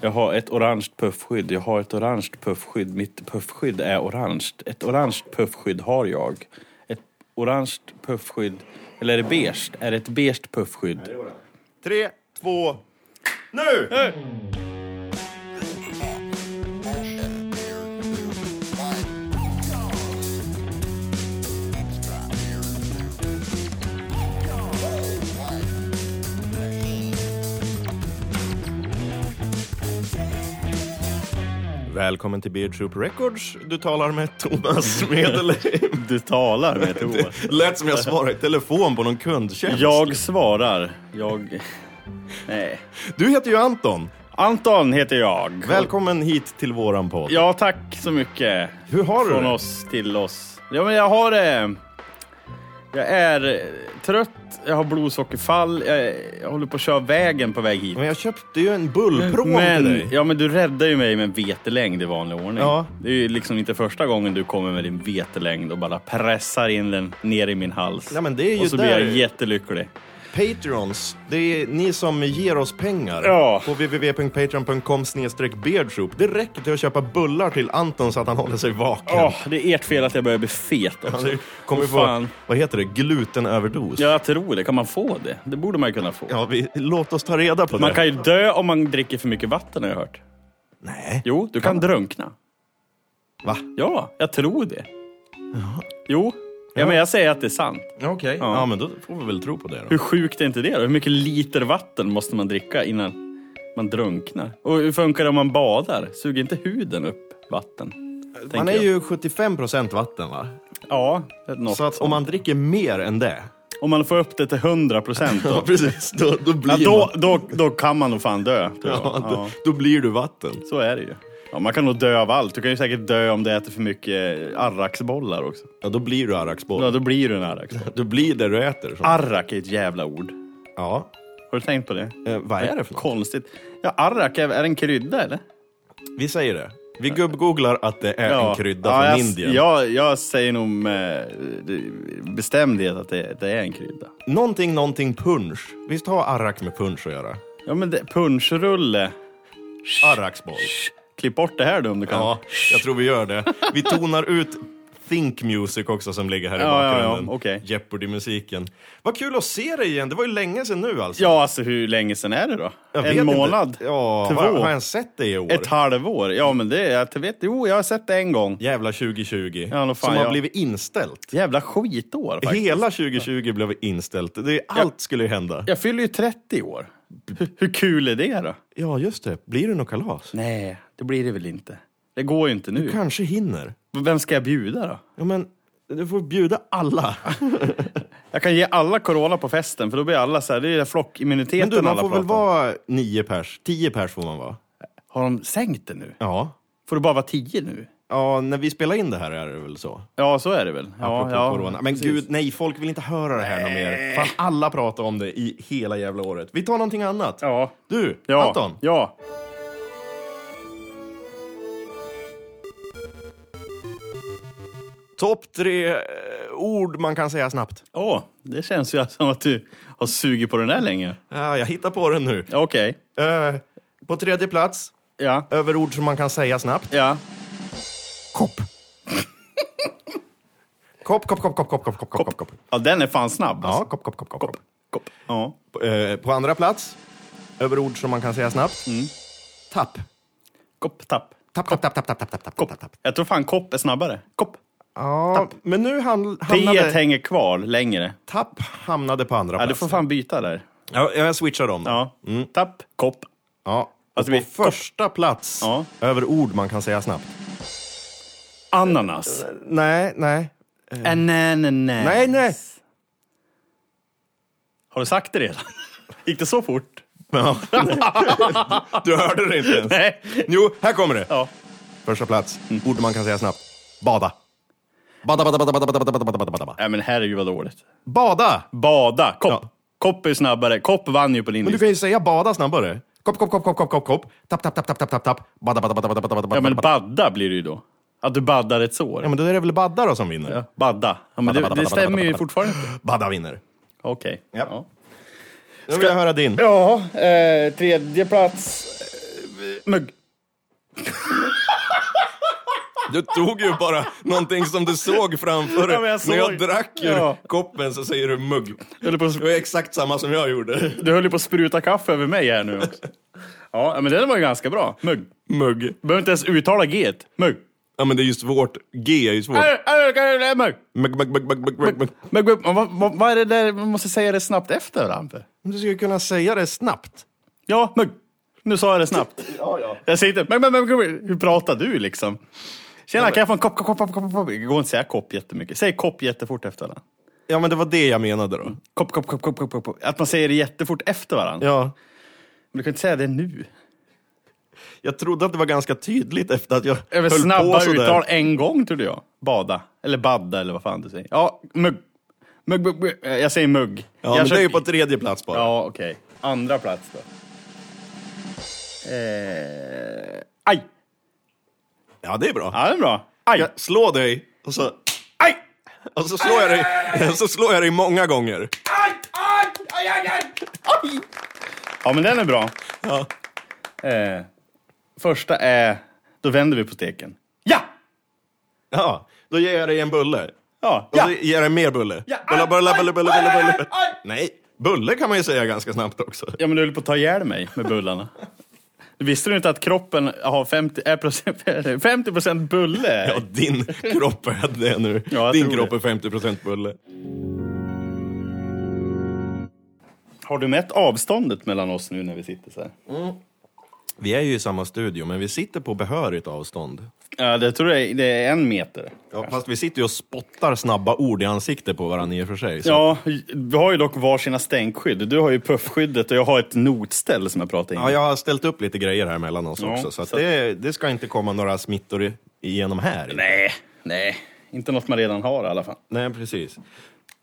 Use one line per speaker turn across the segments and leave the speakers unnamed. Jag har ett orange puffskydd. Jag har ett orange puffskydd. Mitt puffskydd är orange. Ett orange puffskydd har jag. Ett orange puffskydd. Eller är det beige? Är det ett beige puffskydd?
Tre, två, nu! Välkommen till Beer Troop Records. Du talar med Thomas Medel.
Du talar med Toas.
Lät som jag svarade i telefon på någon kundtjänst.
Jag svarar. Jag... Nej.
Du heter ju Anton.
Anton heter jag.
Välkommen hit till våran podd.
Ja, tack så mycket.
Hur har du
Från
det?
oss till oss. Ja, men jag har det. Jag är eh, trött, jag har blodsockerfall, jag, jag håller på att köra vägen på väg hit.
Men jag köpte ju en bullpråm till
Men,
dig.
ja, men du räddar ju mig med en vetelängd i vanlig ordning.
Ja.
Det är ju liksom inte första gången du kommer med din vetelängd och bara pressar in den ner i min hals.
Ja, men det är ju
och så blir
där-
jag jättelycklig.
Patreons, det är ni som ger oss pengar.
Ja.
På www.patreon.com beardtroop. Det räcker till att köpa bullar till Anton så att han håller sig vaken.
Åh, det är ert fel att jag börjar bli fet
Han
också.
kommer
Åh,
få,
fan.
vad heter det, glutenöverdos.
Ja, jag tror det. Kan man få det? Det borde man ju kunna få.
Ja, vi, låt oss ta reda på
Man
det.
kan ju dö om man dricker för mycket vatten har jag hört.
Nej,
Jo, du kan drunkna.
va?
Ja, jag tror det. Jo, ja, men jag säger att det är sant.
Okej. Ja.
Ja.
men då får vi väl tro på det då.
Hur sjukt är inte det då? Hur mycket liter vatten måste man dricka innan man drunknar? Och hur funkar det om man badar? Suger inte huden upp vatten?
Man
tänker
är
jag.
ju 75% vatten va?
Ja, något.
Så att om man dricker mer än det.
Om man får upp det till 100 procent då,
precis. Då, då blir
ja, då, då, då kan man nog fan dö. Tror jag.
Ja,
Ja,
då, då blir du vatten.
Så är det ju. Ja, man kan nog dö av allt. Du kan ju säkert dö om du äter för mycket arraksbollar också.
Ja, då blir du arraxboll.
Ja, Ah. då blir du en arraksboll.
Du blir det du äter. Så.
Arrak är ett jävla ord.
Ja.
Har du tänkt på det?
Eh, vad är det för något?
Konstigt. Ja, arrak, är, är det en krydda eller?
Vi säger det. Vi gubbgooglar att det är en krydda
ja,
från
jag,
Indien.
Jag, jag säger nog med eh, bestämdhet att det, det är en krydda.
Någonting, någonting punsch. Visst har arrak med punsch att göra?
Ja, men det, punschrulle.
Arraxboll.
Shh. Klipp bort det här då om du kan.
Ja, jag tror vi gör det. Vi tonar ut Think Music också som ligger här i
Ja, ja, ja,
bakgrunden.
okej.
Jeopardy-musiken. Vad kul att se dig igen. Det var ju länge sedan nu alltså.
ja, alltså hur länge sedan är det då?
Jag vet
en
inte.
månad?
Ja,
Två?
Har, har jag ens sett dig i år?
Ett halvår? Ja, men det är, jag vet, jo, jag har sett det en gång.
Jävla 2020.
Ja, nå fan,
som har
ja.
blivit inställt.
Jävla skitår faktiskt.
Hela 2020 blev inställt. Det, allt skulle ju hända.
Jag fyller ju 30 år. Hur, hur kul är det då?
Ja, just det. Blir det något kalas?
Nej, det blir det väl inte. Det går ju inte nu.
Kanske hinner.
Vem ska jag bjuda då?
Ja, men du får bjuda alla.
Jag kan ge alla corona på festen, för då blir alla så här, det är
Men
flockimmuniteten
du, man
alla
får väl
pratar om.
vara nio pers? Tio pers får man vara.
Har de sänkt det nu?
Ja.
Får det bara vara tio nu?
Ja, när vi spelar in det här är det väl så?
Ja, så är det väl. Ja,
Apropå
ja.
corona. Men
precis.
gud, nej, folk vill inte höra det här något mer. Fan, alla pratar om det i hela jävla året. Vi tar någonting annat.
Ja.
Du,
Ja.
Anton.
Ja.
Topp tre eh, ord man kan säga snabbt.
Åh, det känns ju som att du har sugit på den där länge.
Ja, jag hittar på den nu.
Ja, Okej.
Eh, på tredje plats,
Ja.
över ord som man kan säga snabbt.
Ja.
Kopp. kopp, kopp, kopp, kopp, kopp, kopp, kopp, kopp, kopp.
Ja, den är fan snabb. alltså.
Ja, kopp, kopp, kopp, kopp. kopp.
Kopp. Ja.
Eh, på andra plats, över ord som man kan säga snabbt. Tapp.
Kopp, tapp.
Mm. Tapp, tapp, tapp, tapp, tapp, tapp, tapp, tapp, tapp, tapp.
Jag tror fan kopp är snabbare. Kopp.
Ja, men nu hamn-
P
hamnade...
hänger kvar längre.
Tapp hamnade på andra
Ja,
plats.
du får fan byta där.
Ja, jag switchar om då. Ja.
Ja. Tapp. Kopp.
Och
Alltså,
på
vi-
första plats,
Ja.
över ord man kan säga snabbt.
Ananas.
Nej, nej.
Ananas.
Nej, nej.
Har du sagt det redan? Gick det så fort?
Du hörde det inte ens.
Nej.
Jo, här kommer det.
Ja.
Första plats. Ord man kan säga snabbt. Bada. Mm. Bada, bada, bada, bada, bada, bada, bada, bada, bada.
Nej men herregud vad dåligt.
Bada!
Bada, kopp.
Ja.
Kopp är snabbare. Kopp vann ju på din
Men du
lista.
kan ju säga bada snabbare. Kopp, kopp, kopp, kopp, kopp, kopp, kopp. Tapp, tapp, tapp, tapp, tapp, tapp, tapp. Bada, bada, bada, bada, bada, bada,
Ja men
bada, bada.
badda blir det ju då. Att du baddar ett sår.
Ja, men då är det väl badda då som vinner?
Badda. Ja, men
Badda,
det,
badda,
det
badda,
stämmer
badda,
ju
badda.
fortfarande inte.
Badda vinner.
Okej.
Ja.
Ja,
Nu vill jag höra din.
ja eh, tredje plats. Eh, mugg.
Du tog ju bara någonting som du såg framför dig.
Ja, men jag
När jag
såg-
drack ur
Ja.
koppen så säger du mugg.
Du höll, på
Det
att,
var exakt samma som jag gjorde.
du höll ju på att spruta kaffe över mig här nu också. Ja, men den var ju ganska bra. Mugg.
Mugg.
Behöver inte ens uttala g Mugg.
Ja men det är ju svårt. G är ju svårt.
Mugg.
Mugg, mugg, mugg, mugg, mugg, mugg, mugg.
Men vad, vad, vad är det där man måste säga det snabbt efter varandra?
Men Du ska ju kunna säga det snabbt.
Ja, mugg. Nu sa jag det snabbt. ja, ja. Jag säger inte, men, men, men hur pratar du liksom? Tjena, kan jag få en kopp, kopp, kopp, kopp, kopp, kopp? Det går inte att säga kopp jättemycket. Säg kopp jättefort efter varandra.
Ja men det var det jag menade då.
Kopp, kopp, kopp, kopp, kopp, kopp, kopp. Att man säger det jättefort efter varandra.
Ja.
Men du kan inte säga det nu.
Jag trodde att det var ganska tydligt efter att jag
Över
höll
snabba
på sådär.
uttal en gång trodde jag. Bada. Eller badda eller vad fan du säger. Ja, mugg. Mugg, mugg, mugg. Eh, Jag säger mugg.
Ja,
jag
men
kör-
det är ju på tredje plats bara.
Ja, okej. Andra plats då. Eh... Aj!
Ja, det är bra.
Ja, det är bra. Aj!
Jag slår dig och så...
Aj!
Och så slår jag dig, så slår jag dig många gånger.
Ja, men den är bra.
Ja.
Eh, första är... Då vänder vi på steken. Ja!
ja, då ger jag dig en bulle.
Ja!
Och
ja.
så ger jag dig mer bulle. Bulla, bulla, bulla, bulla, bulla, bulla. Nej, bulle kan man ju säga ganska snabbt också.
Ja, men du höll på att ta ihjäl mig med bullarna. Visste du inte att kroppen har 50, är procent, 50 procent bulle?
Ja, din kropp är det nu.
Ja, jag
din
tror
kropp är 50% bulle.
Har du mätt avståndet mellan oss nu när vi sitter så här?
Vi är ju i samma studio, men vi sitter på behörigt avstånd.
Ja, det tror jag det är en meter.
Ja, fast vi sitter ju och spottar snabba ord i ansiktet på varandra i och för sig. Så.
Ja, vi har ju dock varsina stänkskydd. Du har ju puffskyddet och jag har ett notställ som jag pratade in.
Ja, jag har ställt upp lite grejer här mellan oss
Ja,
också, så, att
så-
Det, det ska inte komma några smittor i- igenom här.
Nej, nej. Inte något man redan har i alla fall.
Nej, precis.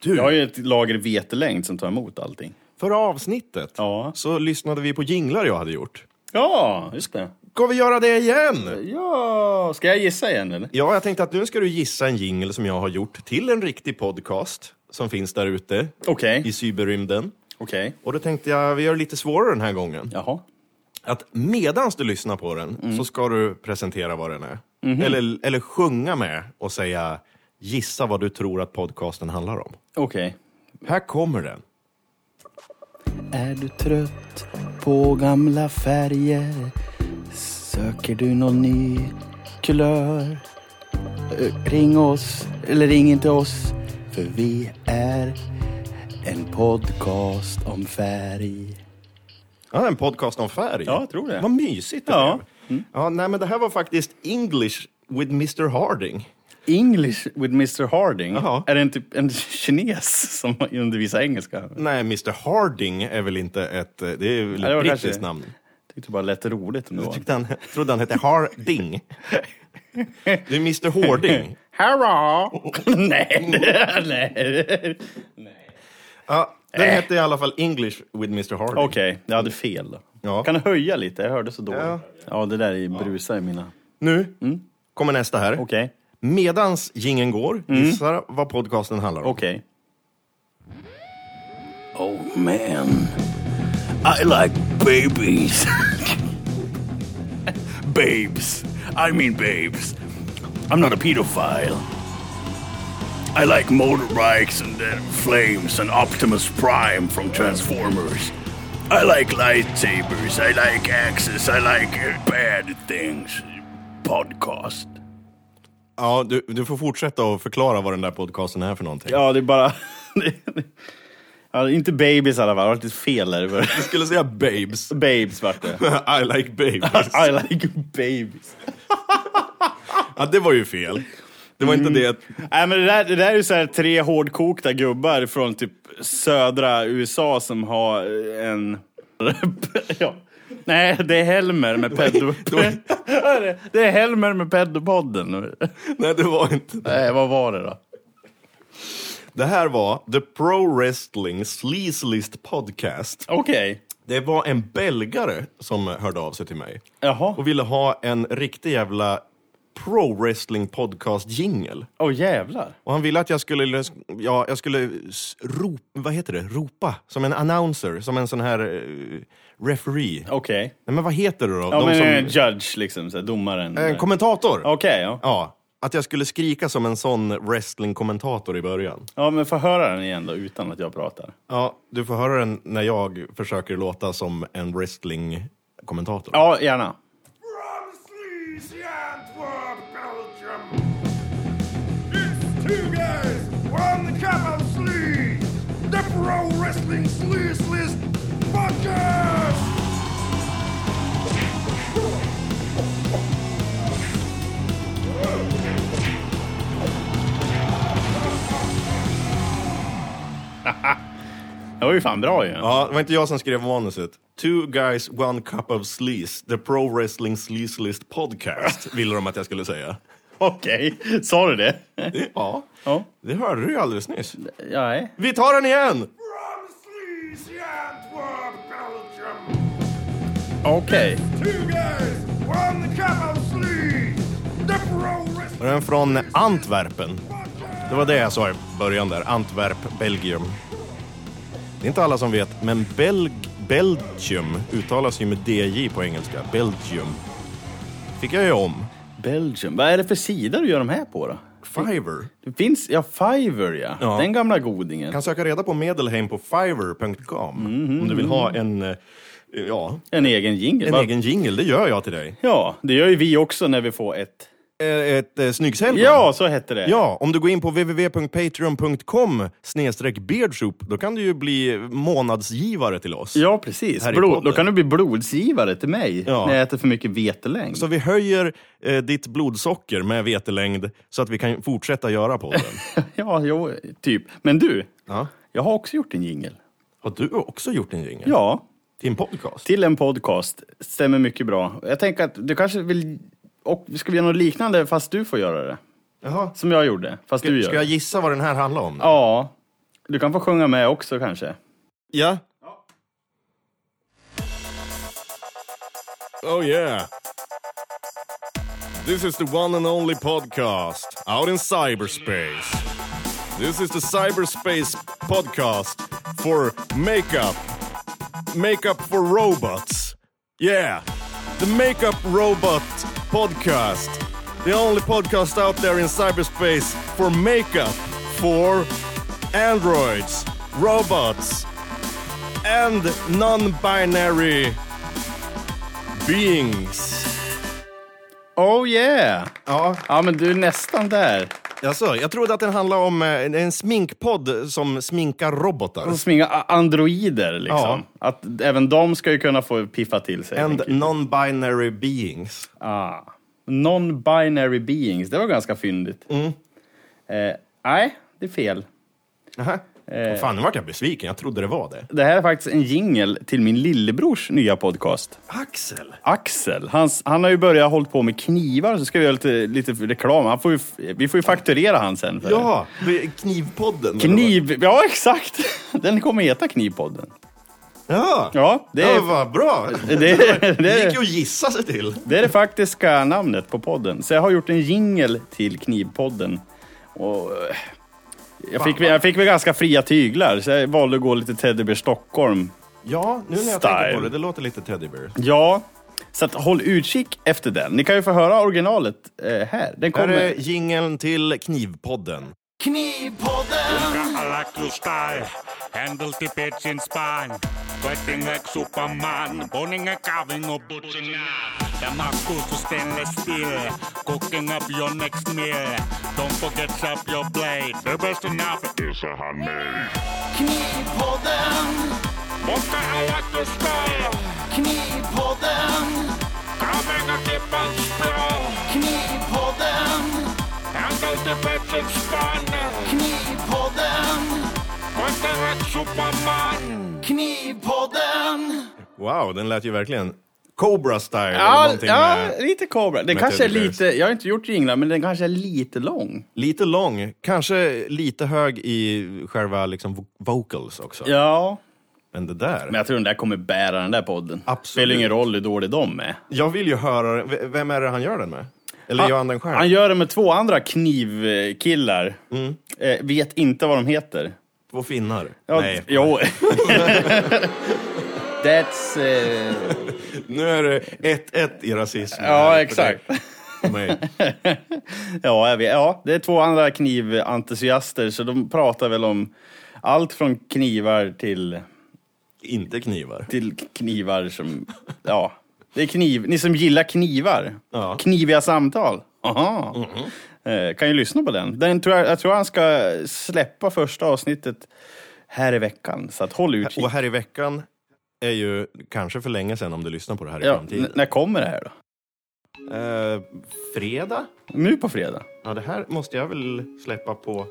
Du,
Jag har ju ett lager vetelängd som tar emot allting.
förra avsnittet
Ja.
så lyssnade vi på jinglar jag hade gjort.
Ja, just det.
Ska vi göra det igen?
Ja, ska jag gissa igen eller?
Ja, jag tänkte att nu ska du gissa en jingel som jag har gjort till en riktig podcast som finns där ute
Okej,
i cyberrymden.
okej.
Och då tänkte jag, vi gör det lite svårare den här gången.
Jaha.
Att medans du lyssnar på den
Mm.
så ska du presentera vad den är.
Mhm.
Eller, eller sjunga med och säga gissa vad du tror att podcasten handlar om.
Okej.
Här kommer den.
Är du trött på gamla färger? Söker du någon ny kulör? Eh, Ring oss, eller ring inte oss, för vi är en podcast om färg.
Ja, en podcast om färg.
Ja, jag tror det.
Vad mysigt det
Ja. Mm.
blev. Ja, nej, men det här var faktiskt English with Mr Harding.
English with Mr Harding.
Jaha.
Är det en, typ, en kines som undervisar engelska?
Nej, Mr Harding är väl inte ett... eh, Det är väl
det
ett
var
brittiskt
kanske-
namn.
Tyckte typ bara lät roligt ändå.
Jag tyckte han, trodde han hette Harding. Det är Mr Harding.
Hurra! nej, nej.
Ja,
Äh.
den hette i alla fall English with Mr Harding.
Okej, jag hade fel då.
Ja.
Kan du höja lite? Jag hörde så dåligt.
Ja.
Ja, det där är brusar i mina...
Nu kommer nästa här.
Mm. Okej, Mm.
Medans gingen går, gissa vad podcasten handlar om.
okej.
Oh man, I like babies. babes, I mean babes. I'm not a pedophile. I like motorbikes and uh, flames and Optimus Prime from Transformers. I like lightsabers. I like axes. I like uh, bad things. Podcast.
Ja, du, du får fortsätta och förklara vad den där podcasten är för någonting.
Ja, det är bara... ja, det är inte babies i alla fall. Det var lite fel där i början.
Jag skulle säga babes.
Babes vart det.
I like babes.
I like babies.
Ja, det var ju fel. Det var
Mm.
inte det.
Nej, men det, där, det där är ju så här tre hårdkokta gubbar från typ södra USA som har eh, en... ja. Nej, det är Helmer med pedo... det är Helmer med pedopodden.
Nej, det var inte det.
Nej, vad var det då?
Det här var The Pro Wrestling Sleazelist Podcast.
Okej.
Det var en belgare som hörde av sig till mig
Jaha.
och ville ha en riktig jävla pro wrestling podcast jingle.
Åh jävlar.
Och han ville att jag skulle, ja, jag skulle s- ro, vad heter det? ropa som en announcer, som en sån här eh, referee.
Okej.
Nej, men vad heter det då?
Ja,
De
men
som,
eh, judge liksom, så här, domaren.
eh,
Okej,
kommentator!
ja.
Ja, att jag skulle skrika som en sån wrestlingkommentator i början.
Ja, men få höra den igen då utan att jag pratar.
Ja, du får höra den när jag försöker låta som en wrestlingkommentator.
Ja, gärna.
From sleazy Antwerp, Belgium. It's two guys, one cup of sleaze. The Pro Wrestling Sleaze List Podcast.
Det var ju fan bra ju.
Ja, det var inte jag som skrev manuset. Two guys, one cup of sleaze. The Pro Wrestling Sleaze List Podcast ville de att jag skulle säga.
Okej, sa du det?
Ja,
Ja.
det hörde du ju alldeles nyss.
Nej.
Vi tar den igen!
From sleazy Antwerp, Belgium.
Okej.
Two guys, one cup of sleaze. The Pro
Och
Wrestling
den från Antwerpen.
Podcast.
Det var det jag sa i början där. Antwerp, Belgium. Det är inte alla som vet, men Belg Belgium uttalas ju med DJ på engelska. Belgium. Fick jag ju om.
Belgium. Vad är det för sida du gör de här på då?
Fiverr.
Det finns, ja, Fiverr ja.
Ja.
Den gamla godingen.
kan söka reda på Medelheim på Fiverr.com om du vill ha en, eh, ja,
En egen jingel.
en
va?
egen jingle. Det gör jag till dig.
Ja, det gör ju vi också när vi får ett.
Eh, Ett eh, snyggselgon.
Ja, så hette det.
Ja, om du går in på www.patreon.com snedstreck beardsoup, då kan du ju bli månadsgivare till oss.
Ja, precis.
Här i
Blod,
podden.
då kan du bli blodsgivare till mig
Ja.
när jag äter för mycket vetelängd.
Så vi höjer eh, ditt blodsocker med vetelängd så att vi kan fortsätta göra podden.
Ja, jo, typ. Men du,
ja.
jag har också gjort en jingel.
Har du också gjort en jingel?
Ja,
Till en podcast?
till en podcast. Stämmer mycket bra. Jag tänker att du kanske vill... Och ska vi göra något liknande fast du får göra det?
Jaha.
Som jag gjorde, fast du gör
Ska jag
det.
gissa vad den här handlar om?
Ja. Du kan få sjunga med också kanske.
Ja. Oh yeah. This is the one and only podcast out in cyberspace. This is the cyberspace podcast for makeup. Makeup for robots. Yeah. The Makeup Robot podcast. The only podcast out there in cyberspace for makeup for androids, robots, and non binary beings.
Oh yeah!
Ja,
Ja, men du är nästan där.
alltså, jag trodde att den handlade om eh, en sminkpodd som sminkar robotar.
Som sminga a- androider liksom. Att även de ska ju kunna få piffa till sig.
And
tänker jag.
non-binary beings.
ah. Non-binary beings, det var ganska fyndigt.
Mm.
Eh, nej, det är fel.
Aha.
Eh.
Vad Fan, nu vart jag besviken. Jag trodde det var det.
Det här är faktiskt en jingel till min lillebrors nya podcast.
Axel!
Axel, hans, han har ju börjat hålla på med knivar, så ska vi göra lite, lite reklam. Han får ju, f- vi får ju fakturera han sen. För det.
Ja, det är knivpodden.
Kniv... Ja, exakt! Den kommer heta Knivpodden.
Ja,
Ja, det är...
ja vad bra.
Det, det,
Det gick
det,
ju att gissa sig till.
det är det faktiska namnet på podden. Så jag har gjort en jingel till Knivpodden. Och eh, jag, fick, väl- jag fick väl ganska fria tyglar, så jag valde att gå lite Teddy Bear Stockholm.
Ja, nu när jag tänker
Style.
på det, det låter lite Teddy Bear.
Ja, så att håll utkik efter den. Ni kan ju få höra originalet eh, här. Den
Här
kommer...
är jingeln till Knivpodden.
I like your style. Handles the pitch in spine. Sweating like Superman. Boning and carving a butcher knife. Damascus to stainless steel. Cooking up your next meal. Don't forget sharp your blade. The best knife is a handmade. Monster, I like your style. Carving a different style. Handles the pitch in spine. Sweating like Superman.
Wow, den lät ju verkligen Cobra style. eller
Ja,
någonting
ja
med,
lite kobra. Den
med
kanske är
Teddy Bears.
lite, jag har inte gjort jinglar, men den kanske är lite lång.
lite lång, kanske lite hög i själva liksom vo- vocals också.
Ja.
Men det där.
Men jag tror den där kommer bära den där podden.
Absolut.
Spelar ingen roll hur dålig de är.
Jag vill ju höra, v- vem är det han gör den med? Eller gör han den
Ah, Han
själv?
gör det med två andra knivkillar.
Mm.
Eh, vet inte vad de heter.
Två finnar?
Ja,
Nej.
Jo. That's... eh,
Nu är det 1-1 i rasism.
ja, exakt.
För mig.
Ja, jag vet. ja, det är två andra kniventusiaster så de pratar väl om allt från knivar till,
Inte knivar.
till knivar som... Ja, det är kniv. Ni som gillar knivar.
Ja. Mm-hmm.
Kniviga samtal. Aha. Eh, kan ju lyssna på den. den tror jag, jag tror han ska släppa första avsnittet här i veckan, så att håll utkik.
Och här i veckan är ju kanske för länge sedan om du lyssnar på det här i
Ja, n-
framtiden.
när kommer det här då?
Eh, fredag?
Nu på fredag?
Ja, det här måste jag väl släppa på...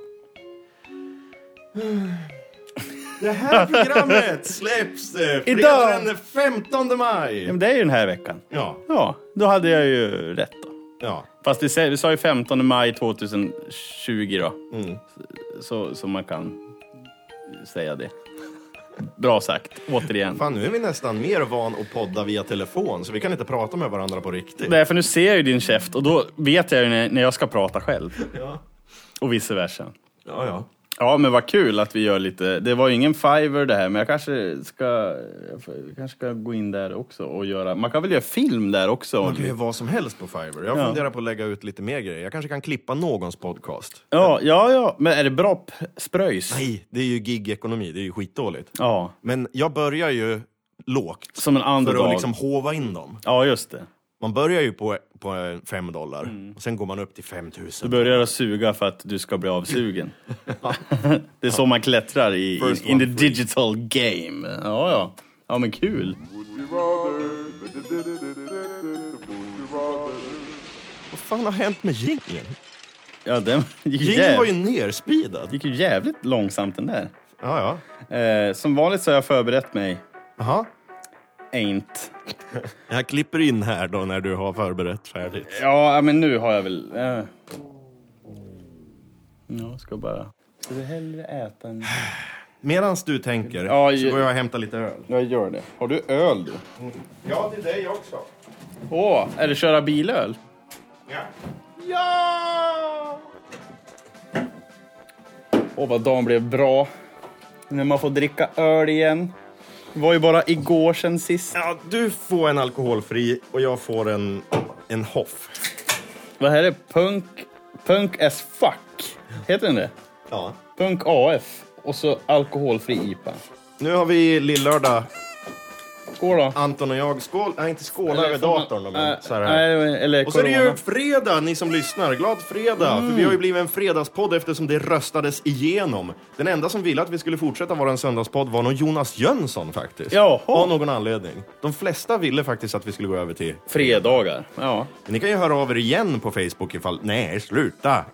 Det här programmet släpps eh, fredagen den 15
Ja,
maj!
men det är ju den här veckan.
Ja,
Ja, då hade jag ju rätt då.
ja.
Fast vi, sä- vi sa ju 15 maj 2020 då. Så, så man kan säga det. Bra sagt, återigen.
Fan, nu är vi nästan mer van att podda via telefon, så vi kan inte prata med varandra på riktigt.
Nej, för nu ser jag ju din käft och då vet jag ju när, när jag ska prata själv. Och vice versa.
Ja, ja.
Ja, men vad kul att vi gör lite. Det var ju ingen fiver det här, men jag kanske ska, jag får- jag kanske ska gå in där också och göra. Man kan väl göra film där också?
Man kan ju vad som helst på Fiverr. Jag funderar på att lägga ut lite mer grejer. Jag kanske kan klippa någons podcast.
Ja, ja, ja. Men är det bra p- spröjs?
Nej, det är ju gig-ekonomi. Det är ju skitdåligt.
Ja,
Men jag börjar ju lågt
som en
för
underdog.
att liksom hova in dem.
Ja, just det.
Man börjar ju på, på eh, fem dollar och sen går man upp till 5 000.
Du börjar att suga för att du ska bli avsugen. det är så man klättrar i, i
First
in the
one free.
digital game. Ja, ja. Ja, men kul.
Vad fan har hänt med jingeln?
Ja, den gick ju,
Jingeln var ju
jäv,
nerspeedad.
gick ju jävligt långsamt den där.
Ja, ja.
Eh, som vanligt så har jag förberett mig.
Jaha.
Ain't.
Jag klipper in här då när du har förberett färdigt.
Ja, men nu har jag väl... Eh. Jag ska bara... Ska du hellre äta en...
Medan du tänker
Ja,
så
ju-
går jag och hämtar lite öl.
Jag gör det. Har du öl du?
Ja, till dig också.
Åh, är det köra bilöl?
Ja! ja!
Åh, vad dagen blev bra. När man får dricka öl igen. Det var ju bara igår sen sist.
Ja, du får en alkoholfri och jag får en, en hoff.
Vad här är punk... Punk as fuck. Heter den det?
Ja.
Punk AF. Och så alkoholfri IPA.
Nu har vi lillördag.
Skål då.
Anton och jag skål... Nej, inte skålar över datorn. Men så här.
Nej, eller
Och så är det ju
corona.
fredag, ni som lyssnar. Glad fredag! För vi har ju blivit en fredagspodd eftersom det röstades igenom. Den enda som ville att vi skulle fortsätta vara en söndagspodd var nog Jonas Jönsson faktiskt.
Jaha.
Av någon anledning. De flesta ville faktiskt att vi skulle gå över till...
Fredagar. Ja.
Ni kan ju höra av er igen på Facebook ifall... Nej, sluta!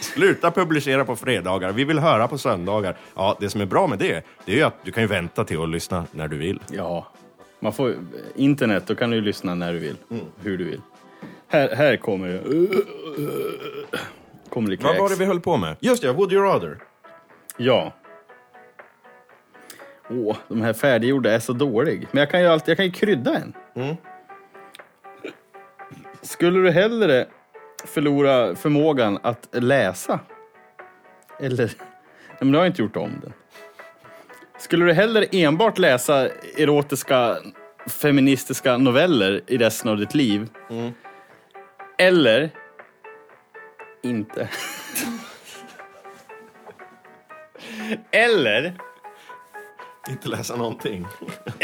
Sluta publicera på fredagar, vi vill höra på söndagar. Ja, det som är bra med det, det är ju att du kan ju vänta till att lyssna när du vill.
Ja. Man får ju- internet, då kan du ju lyssna när du vill.
Mm.
Hur du vill. Här, här kommer ju... Kommer det
Vad var det
kräks.
vi höll på med? Just det, Would You Rather.
Ja. Åh, de här färdiggjorda är så dålig. Men jag kan ju, alltid, jag kan ju krydda en. Skulle du hellre förlora förmågan att läsa? Eller? Nej, men du har jag inte gjort om den. Skulle du hellre enbart läsa erotiska feministiska noveller i resten av ditt liv? Eller inte? Eller
Inte läsa någonting.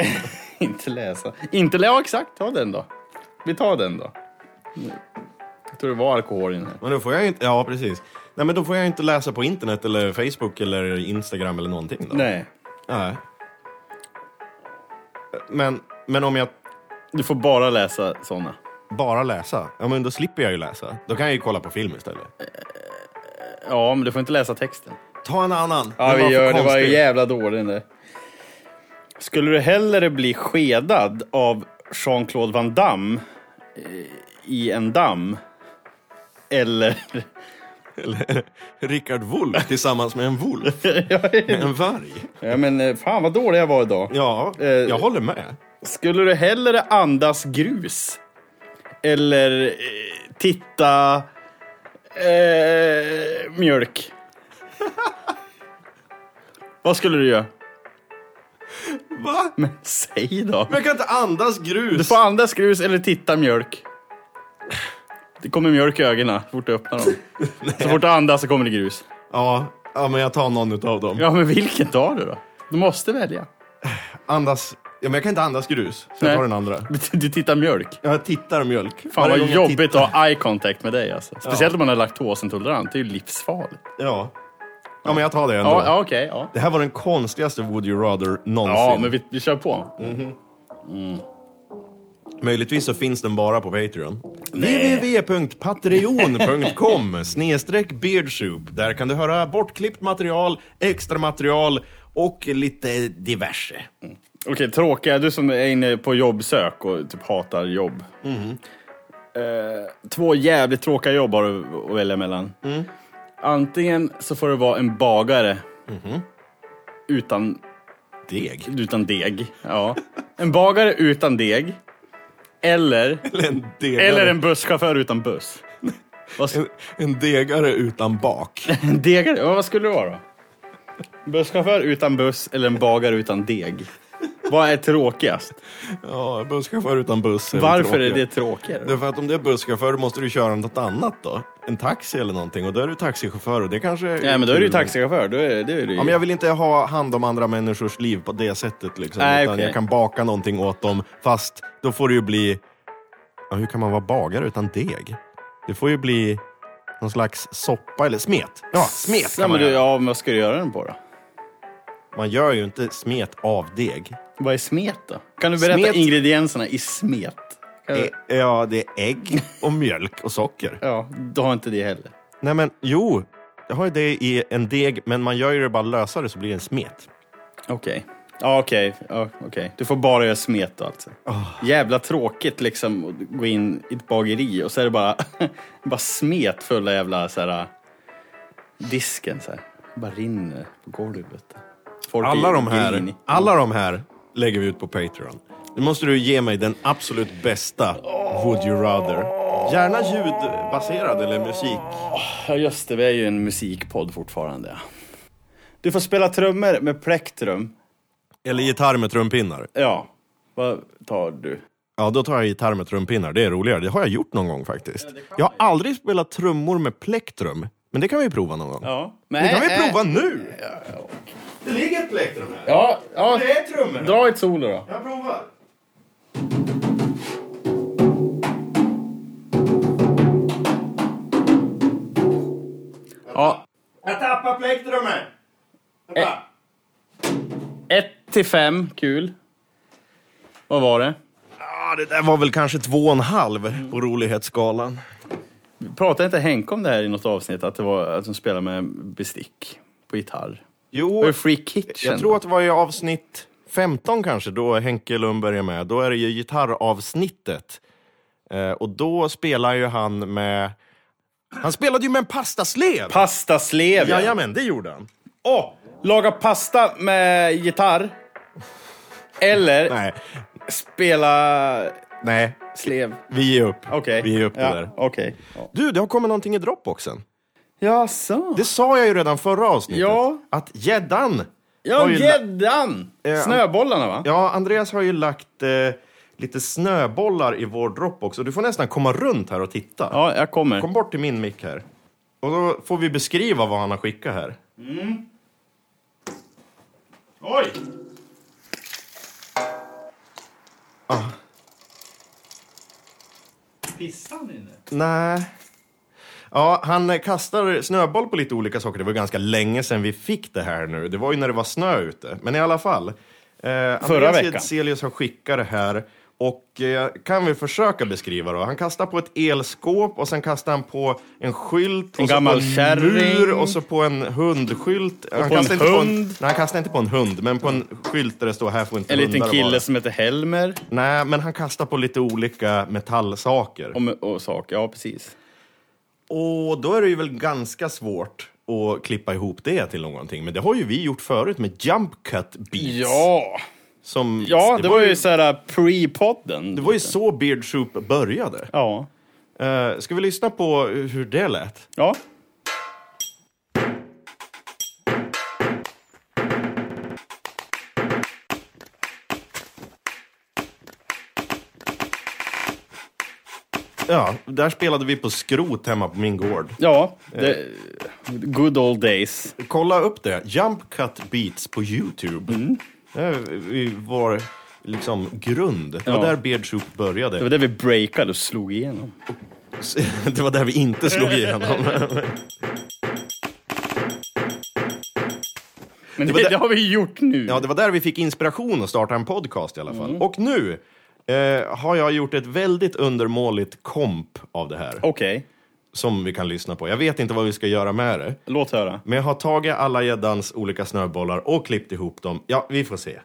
Inte läsa. Inte läsa, ja exakt. Ta den då. Vi tar den då. Jag tror det var alkohol i den här.
Men då får jag ju inte, ja precis. Nej men då får jag ju inte läsa på internet eller Facebook eller Instagram eller någonting då.
Nej.
Nej. Men, men om jag
Du får bara läsa såna.
bara läsa, ja men då slipper jag ju läsa. Då kan jag ju kolla på film istället.
Ja, men du får inte läsa texten.
Ta en annan.
Ja,
Den
vi
var för
gör det. var ju
konstig.
jävla dålig den där. Skulle du hellre bli skedad av Jean-Claude Van Damme eh, i en damm? Eller...
Rickard Wolff tillsammans med en wolf. en varg.
Ja, men eh, fan vad dålig jag var idag.
Ja,
Eh,
jag håller med.
Skulle du hellre andas grus? Eller eh, titta eh, mjölk. Vad skulle du göra?
Va? Men
Men säg då.
jag kan inte andas grus.
Du får andas grus eller titta mjölk. Det kommer mjölk i ögonen så fort du öppnar dem. så fort du andas så kommer det grus.
Ja, ja, men jag tar någon utav dem.
Ja, men vilken tar du då? Du måste välja.
Andas. Ja, men jag kan inte andas grus. Så jag
Nej.
tar den andra.
Du tittar mjölk.
Jag tittar mjölk.
Fan
Varje
vad
gång jag
jobbigt
tittar-
att ha eye contact med dig alltså. Speciellt om man är laktosintolerant, det är ju livsfarligt.
Ja. ja, men jag tar det ändå.
Ja, ja okej. ja.
Det här var den konstigaste Would You Rather någonsin.
Ja, men vi, vi kör på.
Möjligtvis så finns den bara på Patreon. www.patreon.com snedstreck beardsoup. Där kan du höra bortklippt material, extra material och lite diverse.
Okej, tråkiga. Du som är inne på jobbsök och typ hatar jobb.
Mm-hmm.
Eh, två jävligt tråkiga jobb har du att välja mellan.
Mm.
Antingen så får du vara en bagare
Mm-hmm.
utan,
Deg.
utan deg. Ja. En bagare utan deg. Eller,
Eller en degare,
eller en busschaufför utan buss. Vad, s-
en, en degare utan bak.
en degare? Ja, vad skulle det vara då? Busschaufför utan buss eller en bagare utan deg? Vad är tråkigast?
Ja, busschaufför utan buss. är väl
Varför är
tråkigare.
det tråkigare?
Därför att om du är busschaufför måste du köra något annat då. En taxi eller någonting och då är du taxichaufför och det kanske...
Nej, men då är du ju taxichaufför. Då är, då är du ju...
Ja, men jag vill inte ha hand om andra människors liv på det sättet. Liksom,
Nej,
utan
okej.
Jag kan baka någonting åt dem, fast då får det ju bli... Ja, hur kan man vara bagare utan deg? Det får ju bli någon slags soppa eller smet. Ja, smet kan
ja,
man
men du,
göra.
ja, men vad ska du göra den på då?
Man gör ju inte smet av deg.
Vad är smet då? Kan du berätta
Smet-
ingredienserna i smet? Eh, Kan du-
E- Ja, det är ägg och mjölk och socker.
Ja, du har inte det heller.
Nej, men jo. Jag har ju det i en deg, men man gör ju det bara lösare så blir det en smet.
Okej. Ja, okej. Ja, okej. Du får bara göra smet då alltså. Jävla tråkigt liksom att gå in i ett bageri och så är det bara, bara smet fulla jävla så här, äh, disken så här. Bara rinner på golvet. Folk är
Alla de, här,
grinig.
alla de här lägger vi ut på Patreon. Nu måste du ge mig den absolut bästa Would You Rather. Gärna ljudbaserad eller musik.
Ja, just det. Vi är ju en musikpodd fortfarande. Du får spela trummor med plektrum.
Eller gitarr med trumpinnar.
Ja, vad tar du?
Ja, då tar jag gitarr med trumpinnar. Det är roligare. Det har jag gjort någon gång faktiskt. Jag har aldrig spelat trummor med plektrum. Men det kan vi prova någon gång.
Ja. äh,
Det kan vi prova nu! Det ligger ett plektrum här.
Ja, ja.
Det är trummor.
Dra ett solo då.
Jag provar.
Ja. Eh.
Jag tappar plektrumet.
Vänta. Ett till fem, kul. Vad var det?
Ja, det där var väl kanske två och en halv på rolighetsskalan.
Pratade inte Henke om det här i något avsnitt? Att, det var, att de spelade med bestick på gitarr? Det
Jo,
var Free Kitchen.
jag tror att det var i avsnitt 15 kanske, då Henke Lundberg är med. Då är det ju gitarravsnittet. Eh, och då spelar ju han med... Han spelade ju med en pastaslev!
Pastaslev, ja.
Jajamän, det gjorde han.
Åh, laga pasta med gitarr. Eller
Nej,
spela
nej.
slev.
Vi ger upp.
Okej.
Vi ger upp
ja,
det där.
Okej.
Du, det har kommit någonting i dropboxen.
Jaså?
Det sa jag ju redan förra avsnittet.
Ja.
Att gäddan
Ja,
har ju la-
gäddan!
Ja.
Snöbollarna, va?
Ja, Andreas har ju lagt eh, lite snöbollar i vår Dropbox och du får nästan komma runt här och titta.
Ja, jag kommer.
Kom bort till min mick här. Och då får vi beskriva vad han har skickat här.
Oj!
Nej. Ja, han eh, kastar snöboll på lite olika saker. Det var ju ganska länge sedan vi fick det här nu. Det var ju när det var snö ute. Men i alla fall. Eh, Andreas
veckan.
Edselius har skickat det här. Och eh, kan vi försöka beskriva då? Han kastar på ett elskåp och sen kastar han på en skylt.
En
och så
gammal
på en
kärring.
mur och så på en hundskylt. Han
på en
kastar inte på en-
hund.
Nej, han kastar inte på en hund, men på en skylt där det står här får inte
En liten
hundar
kille
vara.
som heter Helmer
Nej, men han kastar på lite olika metallsaker.
och, och saker. Ja, precis.
Och då är det ju väl ganska svårt att klippa ihop det till någonting. Men det har ju vi gjort förut med jump cut beats.
Ja!
som,
Ja, det var ju så här äh, pre-podden.
det var ju så Beard Soup började.
Ja.
Eh, ska vi lyssna på hur det lät?
Ja.
Ja, där spelade vi på skrot hemma på min gård.
Ja. Det, good old days.
Kolla upp det. Jump Cut Beats på Youtube.
Mm.
Det är vår liksom, grund. Det var
Ja.
där Beard Soup började.
Det var där vi breakade och slog igenom.
Det var där vi inte slog igenom.
Men det,
var
det,
där-
har vi gjort nu.
Ja, det var där vi fick inspiration att starta en podcast i alla
Mm.
fall. Och nu eh, har jag gjort ett väldigt undermåligt komp av det här.
Okej,
Som vi kan lyssna på. Jag vet inte vad vi ska göra med det.
låt höra.
Men jag har tagit alla gäddans olika snöbollar och klippt ihop dem. Ja, vi får se.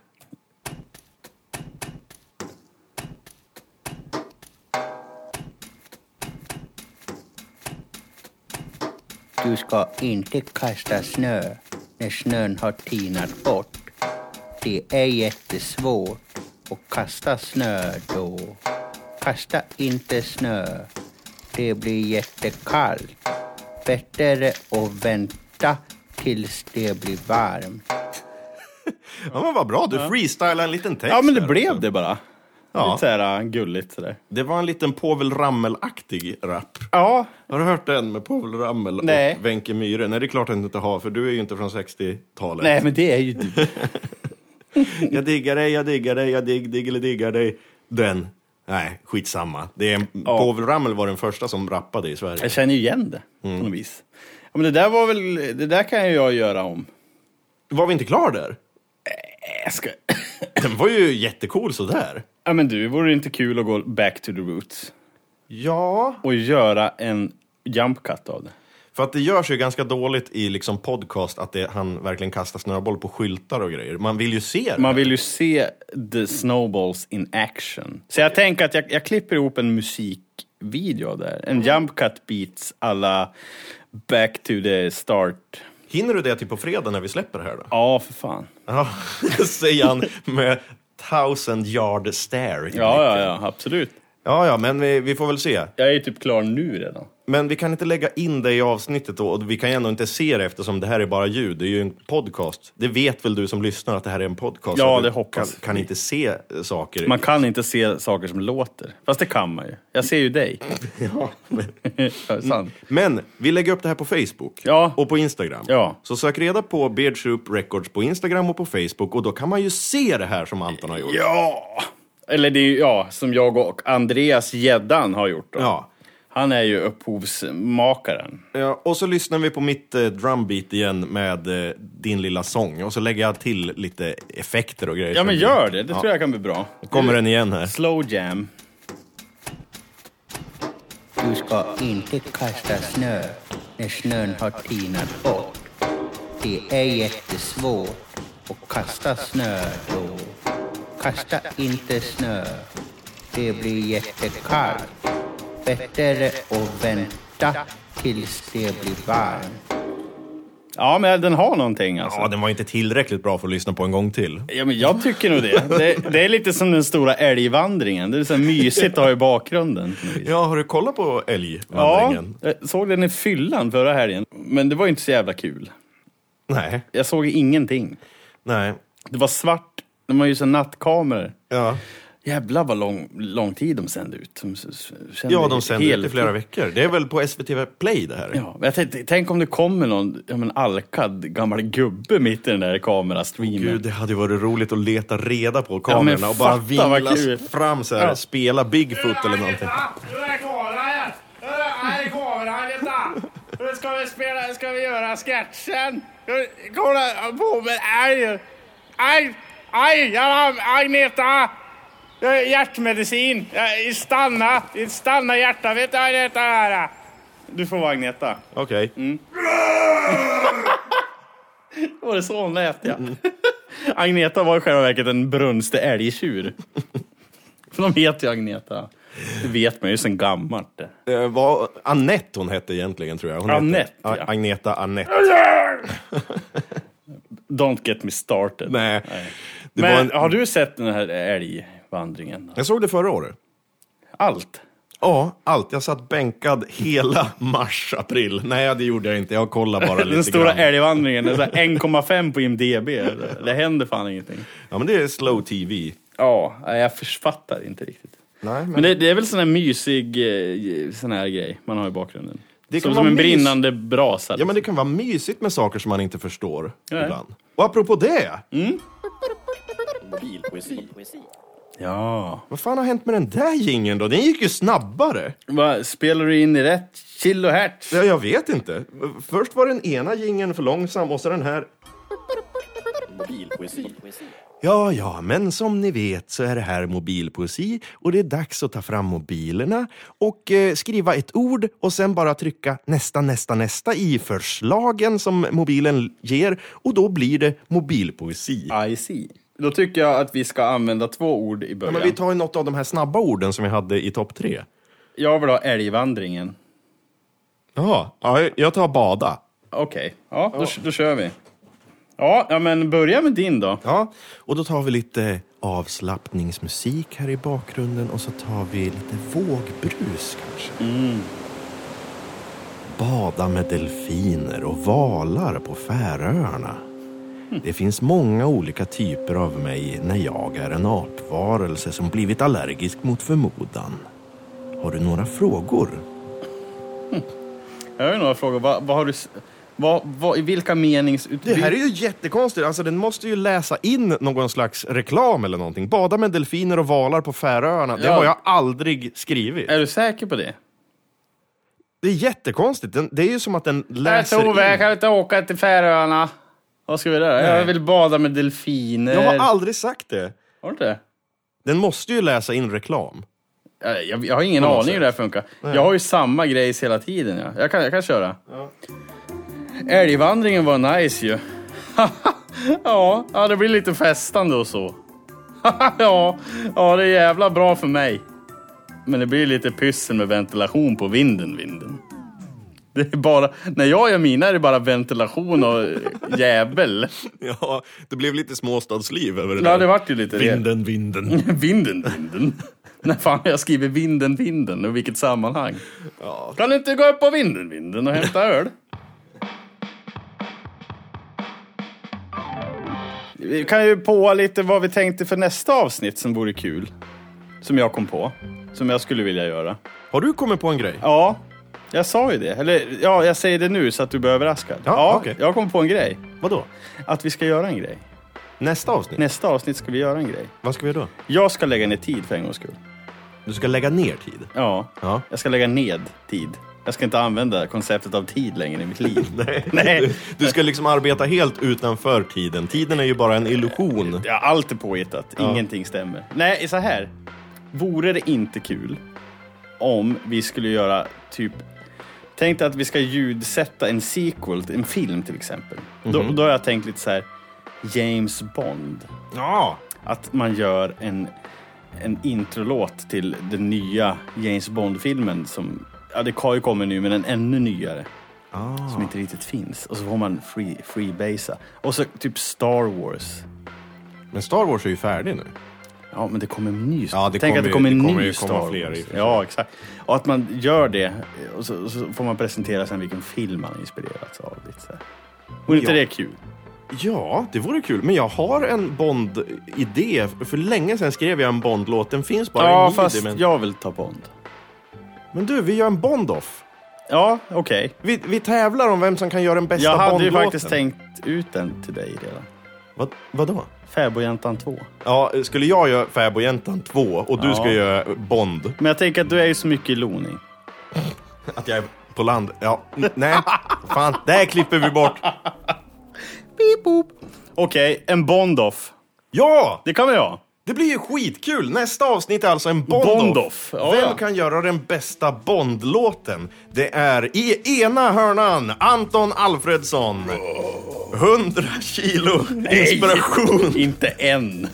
Du ska inte kasta snö när snön har tinat bort. Det är jättesvårt att kasta snö då. Kasta inte snö. Det blir jättekallt. Bättre att vänta tills det blir varmt.
Ja, men vad bra. Du freestylade en liten text.
Ja, men det
där
blev
också.
det bara.
Ja.
Lite så här äh, gulligt sådär.
Det var en liten Povel Ramel-aktig rap.
Ja,
Har du hört den med Povel Ramel
Nej.
och Wenche Myhre? Nej, det är klart den inte har, för du är ju inte från 60-talet.
nej men det är ju du.
Jag diggar dig, jag diggar dig, jag digg, diggeli diggar dig. Den. Nej, skitsamma. Det är, Povel Ramel var den första som rappade i Sverige.
Jag känner ju igen det på något vis. Ja, men det där var väl, det där kan ju jag göra om.
Var vi inte klar där?
Äh, Jag ska...
Den var ju jättecool sådär.
Ja men du, vore det inte kul att gå back to the roots
Ja.
och göra en jump cut av det?
För att det görs ju ganska dåligt i liksom podcast att det, han verkligen kastar snöboll på skyltar och grejer. Man vill ju se det.
Man vill ju se the snowballs in action. Så jag tänker att jag, jag klipper ihop en musikvideo där. En jump cut beats alla back to the start.
Hinner du det till på fredag när vi släpper det här då?
Ja, för fan.
Ja, säger han med thousand yard stare. i
Ja, ja,
blicken.
ja, absolut.
ja, ja, men vi, vi får väl se.
Jag är ju typ klar nu redan.
Men vi kan inte lägga in det i avsnittet då, och vi kan ju ändå inte se det eftersom det här är bara ljud. Det är ju en podcast. Det vet väl du som lyssnar att det här är en podcast?
Ja,
och du
det hoppas
Kan, kan inte se eh, saker.
Man kan inte se saker som låter. Fast det kan man ju. Jag ser ju dig.
Ja, men...
Ja, sant.
Men vi lägger upp det här på Facebook
Ja.
och på Instagram.
Ja.
Så sök reda på Beard Soup Records på Instagram och på Facebook och då kan man ju se det här som Anton har gjort.
Ja! Eller det är ju, ja, som jag och Andreas Gäddan har gjort då.
Ja.
Han är ju upphovsmakaren.
Ja, Och så lyssnar vi på mitt eh, drumbeat igen med eh, din lilla sång och så lägger jag till lite effekter och grejer.
Ja
som
men
blir-
gör det, det
Ja.
tror jag kan bli bra.
Kommer den igen här.
Slow jam.
Du ska inte kasta snö när snön har tinat bort. Det är jättesvårt att kasta snö då. Kasta inte snö. Det blir jättekallt. Bättre att vänta tills det blir varmt.
Ja men den har någonting alltså.
Ja, den var inte tillräckligt bra för att lyssna på en gång till.
Ja, men jag tycker nog det. det. Det är lite som den stora älgvandringen. Det är så här mysigt att ha i bakgrunden. på något vis.
Ja, har du kollat på
Ja,
Älgvandringen?
jag såg den i fyllan förra helgen. Men det var ju inte så jävla kul.
Nej,
Jag såg ingenting.
nej.
Det var svart. De har ju så här nattkameror.
Ja,
Jävlar vad lång, lång tid de sände ut. De s- sände
ja de sänder
hel-
ut i flera veckor. Det är väl på SVT Play det här?
Ja, men jag tänkte, tänk om det kommer någon ja, men alkad gammal gubbe mitt i den där kamerastreamen.
Gud, det hade ju varit roligt att leta reda på kamerorna
men
och bara
fatta vad
vingla
kul.
fram så här,
Ja.
spela Bigfoot eller någonting.
Där kommer han! Där kommer han, detta! Nu ska vi spela, ska vi göra sketchen? Kolla på med älg! Älg! Aj, Agneta! Hjärtmedicin! Stanna! Stanna hjärtat! Vet du vad det är?
Du får vara Agneta.
Okej.
Mm. Var det så hon lät ja. Mm. Agneta var i själva verket en brunste älgtjur. För de heter ju Agneta. Det vet man ju sen gammalt. det.
Eh, vad, Annette hon hette egentligen tror jag. Hon hette-
Annette,
A-
ja.
Agneta Annette.
Don't get me started.
Nej. Det var
Men
en,
har du sett den här älgvandringen?
jag såg det förra året.
Allt?
Ja, allt. Jag satt bänkad hela mars, april. Nej, det gjorde jag inte. Jag kollade bara lite
Den stora
grann.
älgvandringen, det är så här 1,5 på IMDB. Det- Det händer fan ingenting.
Ja, men det är slow TV.
Ja, nej, jag författar inte riktigt.
Nej, men...
Men det, det är väl sån här mysig eh, sån här grej man har i bakgrunden.
Det
som
kan
som
vara
en
mys.
brinnande brasa. liksom.
Ja, men det kan vara mysigt med saker som man inte förstår
Ja.
ibland. Och apropå det,
ja.
vad fan har hänt med den där jingeln då? Den gick ju snabbare.
Va, spelar du in i rätt kilohertz?
Ja, jag vet inte. Först var den ena jingeln för långsam och så den här... Ja, ja, men som ni vet så är det här mobilpoesi och det är dags att ta fram mobilerna och eh, skriva ett ord och sen bara trycka nästa, nästa, nästa i förslagen som mobilen ger och då blir det mobilpoesi.
I see. Då tycker jag att vi ska använda två ord i
Ja,
början.
men vi tar ju något av de här snabba orden som vi hade i topp tre.
Jag vill ha älgvandringen.
Jaha, ja, jag tar bada.
Okej, ja, då, då kör vi. Ja, ja, men börja med din då.
Ja, och då tar vi lite avslappningsmusik här i bakgrunden och så tar vi lite vågbrus kanske. Bada med delfiner och valar på Färöarna. Det finns många olika typer av mig när jag är en apvarelse som blivit allergisk mot förmodan. Har du några frågor?
Jag har ju några frågor. Vad, vad har du... s- Vad, vad, I vilka
Det
meningsutbyten...
här är ju jättekonstigt. Alltså, den måste ju läsa in någon slags reklam eller någonting. Bada med delfiner och valar på Färöarna. Det
Ja.
har jag aldrig skrivit.
Är du säker på det?
Det är jättekonstigt. Den, det är ju som att den
Jag
läser
tror jag
in.
kan inte åka till Färöarna. Vad ska vi göra? Jag vill bada med delfiner.
Jag har aldrig sagt det.
Har du inte? den
Den måste ju läsa in reklam.
Jag, Eh, jag, jag har ingen aning hur det här funkar. Jag har ju samma grejs hela tiden. Ja. Jag, kan, jag kan köra. Älgvandringen var nice ju. ja, ja, det blir lite festande och så. ja, ja, det är jävla bra för mig. Men det blir lite pyssel med ventilation på vinden, vinden. Det är bara, när jag gör mina är det bara ventilation och jävel.
Ja, det blev lite småstadsliv över det
Ja, det vart ju lite det.
Vinden, vinden.
Vinden, vinden. När fan har jag skriver vinden, vinden och vilket sammanhang? Kan du inte gå upp på vinden, vinden och hämta öl? Vi kan ju på lite vad vi tänkte för nästa avsnitt som vore kul. Som jag kom på. Som jag skulle vilja göra.
Har du kommit på en grej?
Ja, jag sa ju det. Eller ja, jag säger det nu så att du blir överraskad.
Ja, okej.
jag kom på en grej.
Vadå?
Att vi ska göra en grej.
Nästa avsnitt?
Nästa avsnitt ska vi göra en grej.
Vad ska vi göra då?
Jag ska lägga ner tid för en gångs skull.
Du ska lägga ner tid.
Ja.
Ja.
Jag ska lägga ned tid. Jag ska inte använda konceptet av tid längre i mitt liv. Nej.
Du ska liksom arbeta helt utanför tiden. Tiden är ju bara en illusion.
Ja, allt är påhittat. Ingenting stämmer. Nej, så här. Vore det inte kul om vi skulle göra typ... Tänk dig att vi ska ljudsätta en sequel, en film till exempel. Då, då har jag tänkt lite så här. James Bond.
Ja,
Att man gör en, en introlåt till den nya James Bond-filmen som... Ja, det har ju kommit nu, men en ännu nyare. Som inte riktigt finns. Och så får man free, freebasea. Och så typ Star Wars.
men Star Wars är ju färdig nu.
Ja, men det kommer en ny.
Ja, det
Tänk
kommer
att det
ju-
kommer en
det
ny
kommer ju
Star
komma
Wars.
fler i och för sig.
ja, exakt. Och att man gör det och så, och så får man presentera sen vilken film man har inspirerats av. Lite så här. Vore inte
Ja.
det kul?
Ja, det vore kul. Men jag har en Bond-idé. För länge sedan skrev jag en Bond-låt. Den finns bara i
Ja,
midi.
fast
men...
jag vill ta Bond.
men du, vi gör en Bond-off.
Ja, okej.
Vi, vi tävlar om vem som kan göra den bästa
Jag hade ju
Bond-låten.
faktiskt tänkt ut den till dig redan.
Vad, vadå?
Fäbodjäntan 2.
Ja, skulle jag göra Fäbodjäntan 2 och du ska göra Bond?
Men jag tänker att du är ju så mycket i Loning.
Att jag är på land? Ja, n- nej. Fan, det här klipper vi bort.
Beep, boop. Okej, en Bond-off.
Ja!
Det kan vi ha.
Det blir ju skitkul! Nästa avsnitt är alltså en Bond-off.
Bond-off, ja,
Vem
ja.
kan göra den bästa Bond-låten? Det är i ena hörnan Anton Alfredsson. 100 kilo inspiration.
Inte än.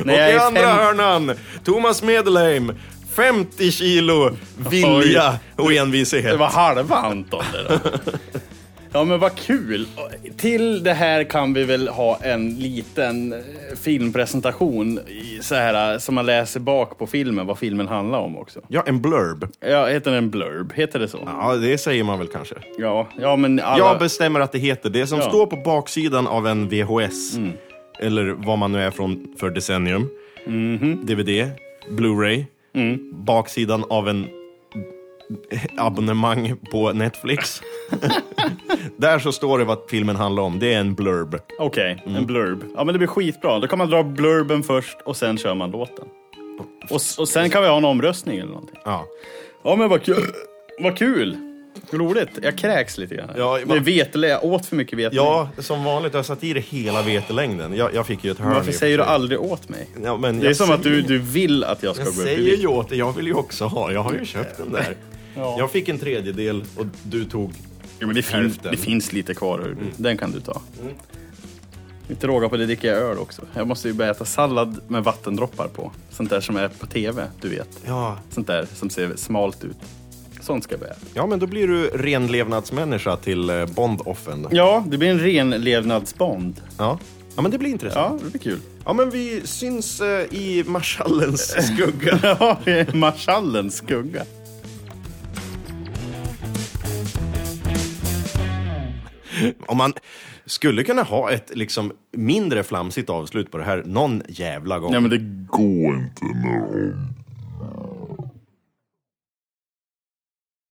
Och
När jag
i
är
andra
fem...
hörnan Thomas Medelheim. 50 kilo vilja och
Det
envishet.
var halva Anton det då. Ja men vad kul. Till det här kan vi väl ha en liten eh, filmpresentation i så här, eh, som man läser bak på filmen, vad filmen handlar om också.
Ja, en blurb.
Ja, heter den blurb? Heter det så?
Ja, det säger man väl kanske.
Ja, ja men alla...
Jag bestämmer att det heter det som
Alltså- Ja. Mm.
står på baksidan av en VHS. Eller vad man nu är från för decennium.
Mhm.
DVD, Blu-ray.
Mm.
Baksidan av en abonnemang på Netflix. Där så står det vad filmen handlar om. Det är en blurb.
Okej,
Mm.
en blurb. Ja, men det blir skitbra. Då kan man dra blurben först och sen kör man låten. Och, och sen kan vi ha en omröstning eller någonting.
Ja.
Ja, men vad kul! Vad kul! Roligt. Jag kräks lite grann.
Ja,
Det är
man-
vetelä. Jag åt för mycket vete.
ja, som vanligt. Jag satt i det hela vetelängden. Jag, jag fick ju ett hörn. i
Varför
och för
säger du
sig.
aldrig åt mig?
Ja, men
Det är
jag
som att
säger-
du, du vill att jag ska
Jag
gå upp i
säger
vikt.
ju åt dig, jag vill ju också ha. Jag har ju köpt den där. Jag fick en tredjedel och du tog...
Ja, men det, finns,
Hälften. Mm.
det finns lite kvar. hör du. Den kan du ta. Inte råga på det dricker jag öl också. Jag måste ju börja äta sallad med vattendroppar på. Sånt där som är på tv, du vet.
Ja,
Sånt där som ser smalt ut. Sånt ska jag börja äta.
ja men då blir du renlevnadsmänniska till eh, Bondoffen. Ja.
Ja, det blir en ren levnadsbond.
ja. men det blir intressant.
Ja, det blir kul.
Ja, men vi syns eh, i marschallens skugga.
Ja, marschallens skugga.
Om man skulle kunna ha ett liksom mindre flamsigt avslut på det här någon jävla gång.
Ja, men det...
Gå inte med honom.